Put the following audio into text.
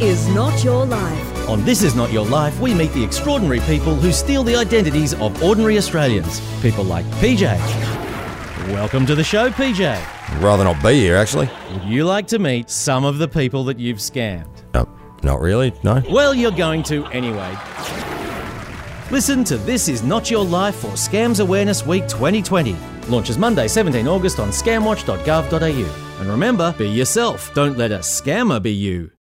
is not your life. On This Is Not Your Life, we meet the extraordinary people who steal the identities of ordinary Australians. People like PJ. Welcome to the show, PJ. Rather not be here, actually. Would you like to meet some of the people that you've scammed? No, not really. No. Well, you're going to anyway. Listen to This Is Not Your Life for Scams Awareness Week 2020. Launches Monday, 17 August on scamwatch.gov.au. And remember, be yourself. Don't let a scammer be you.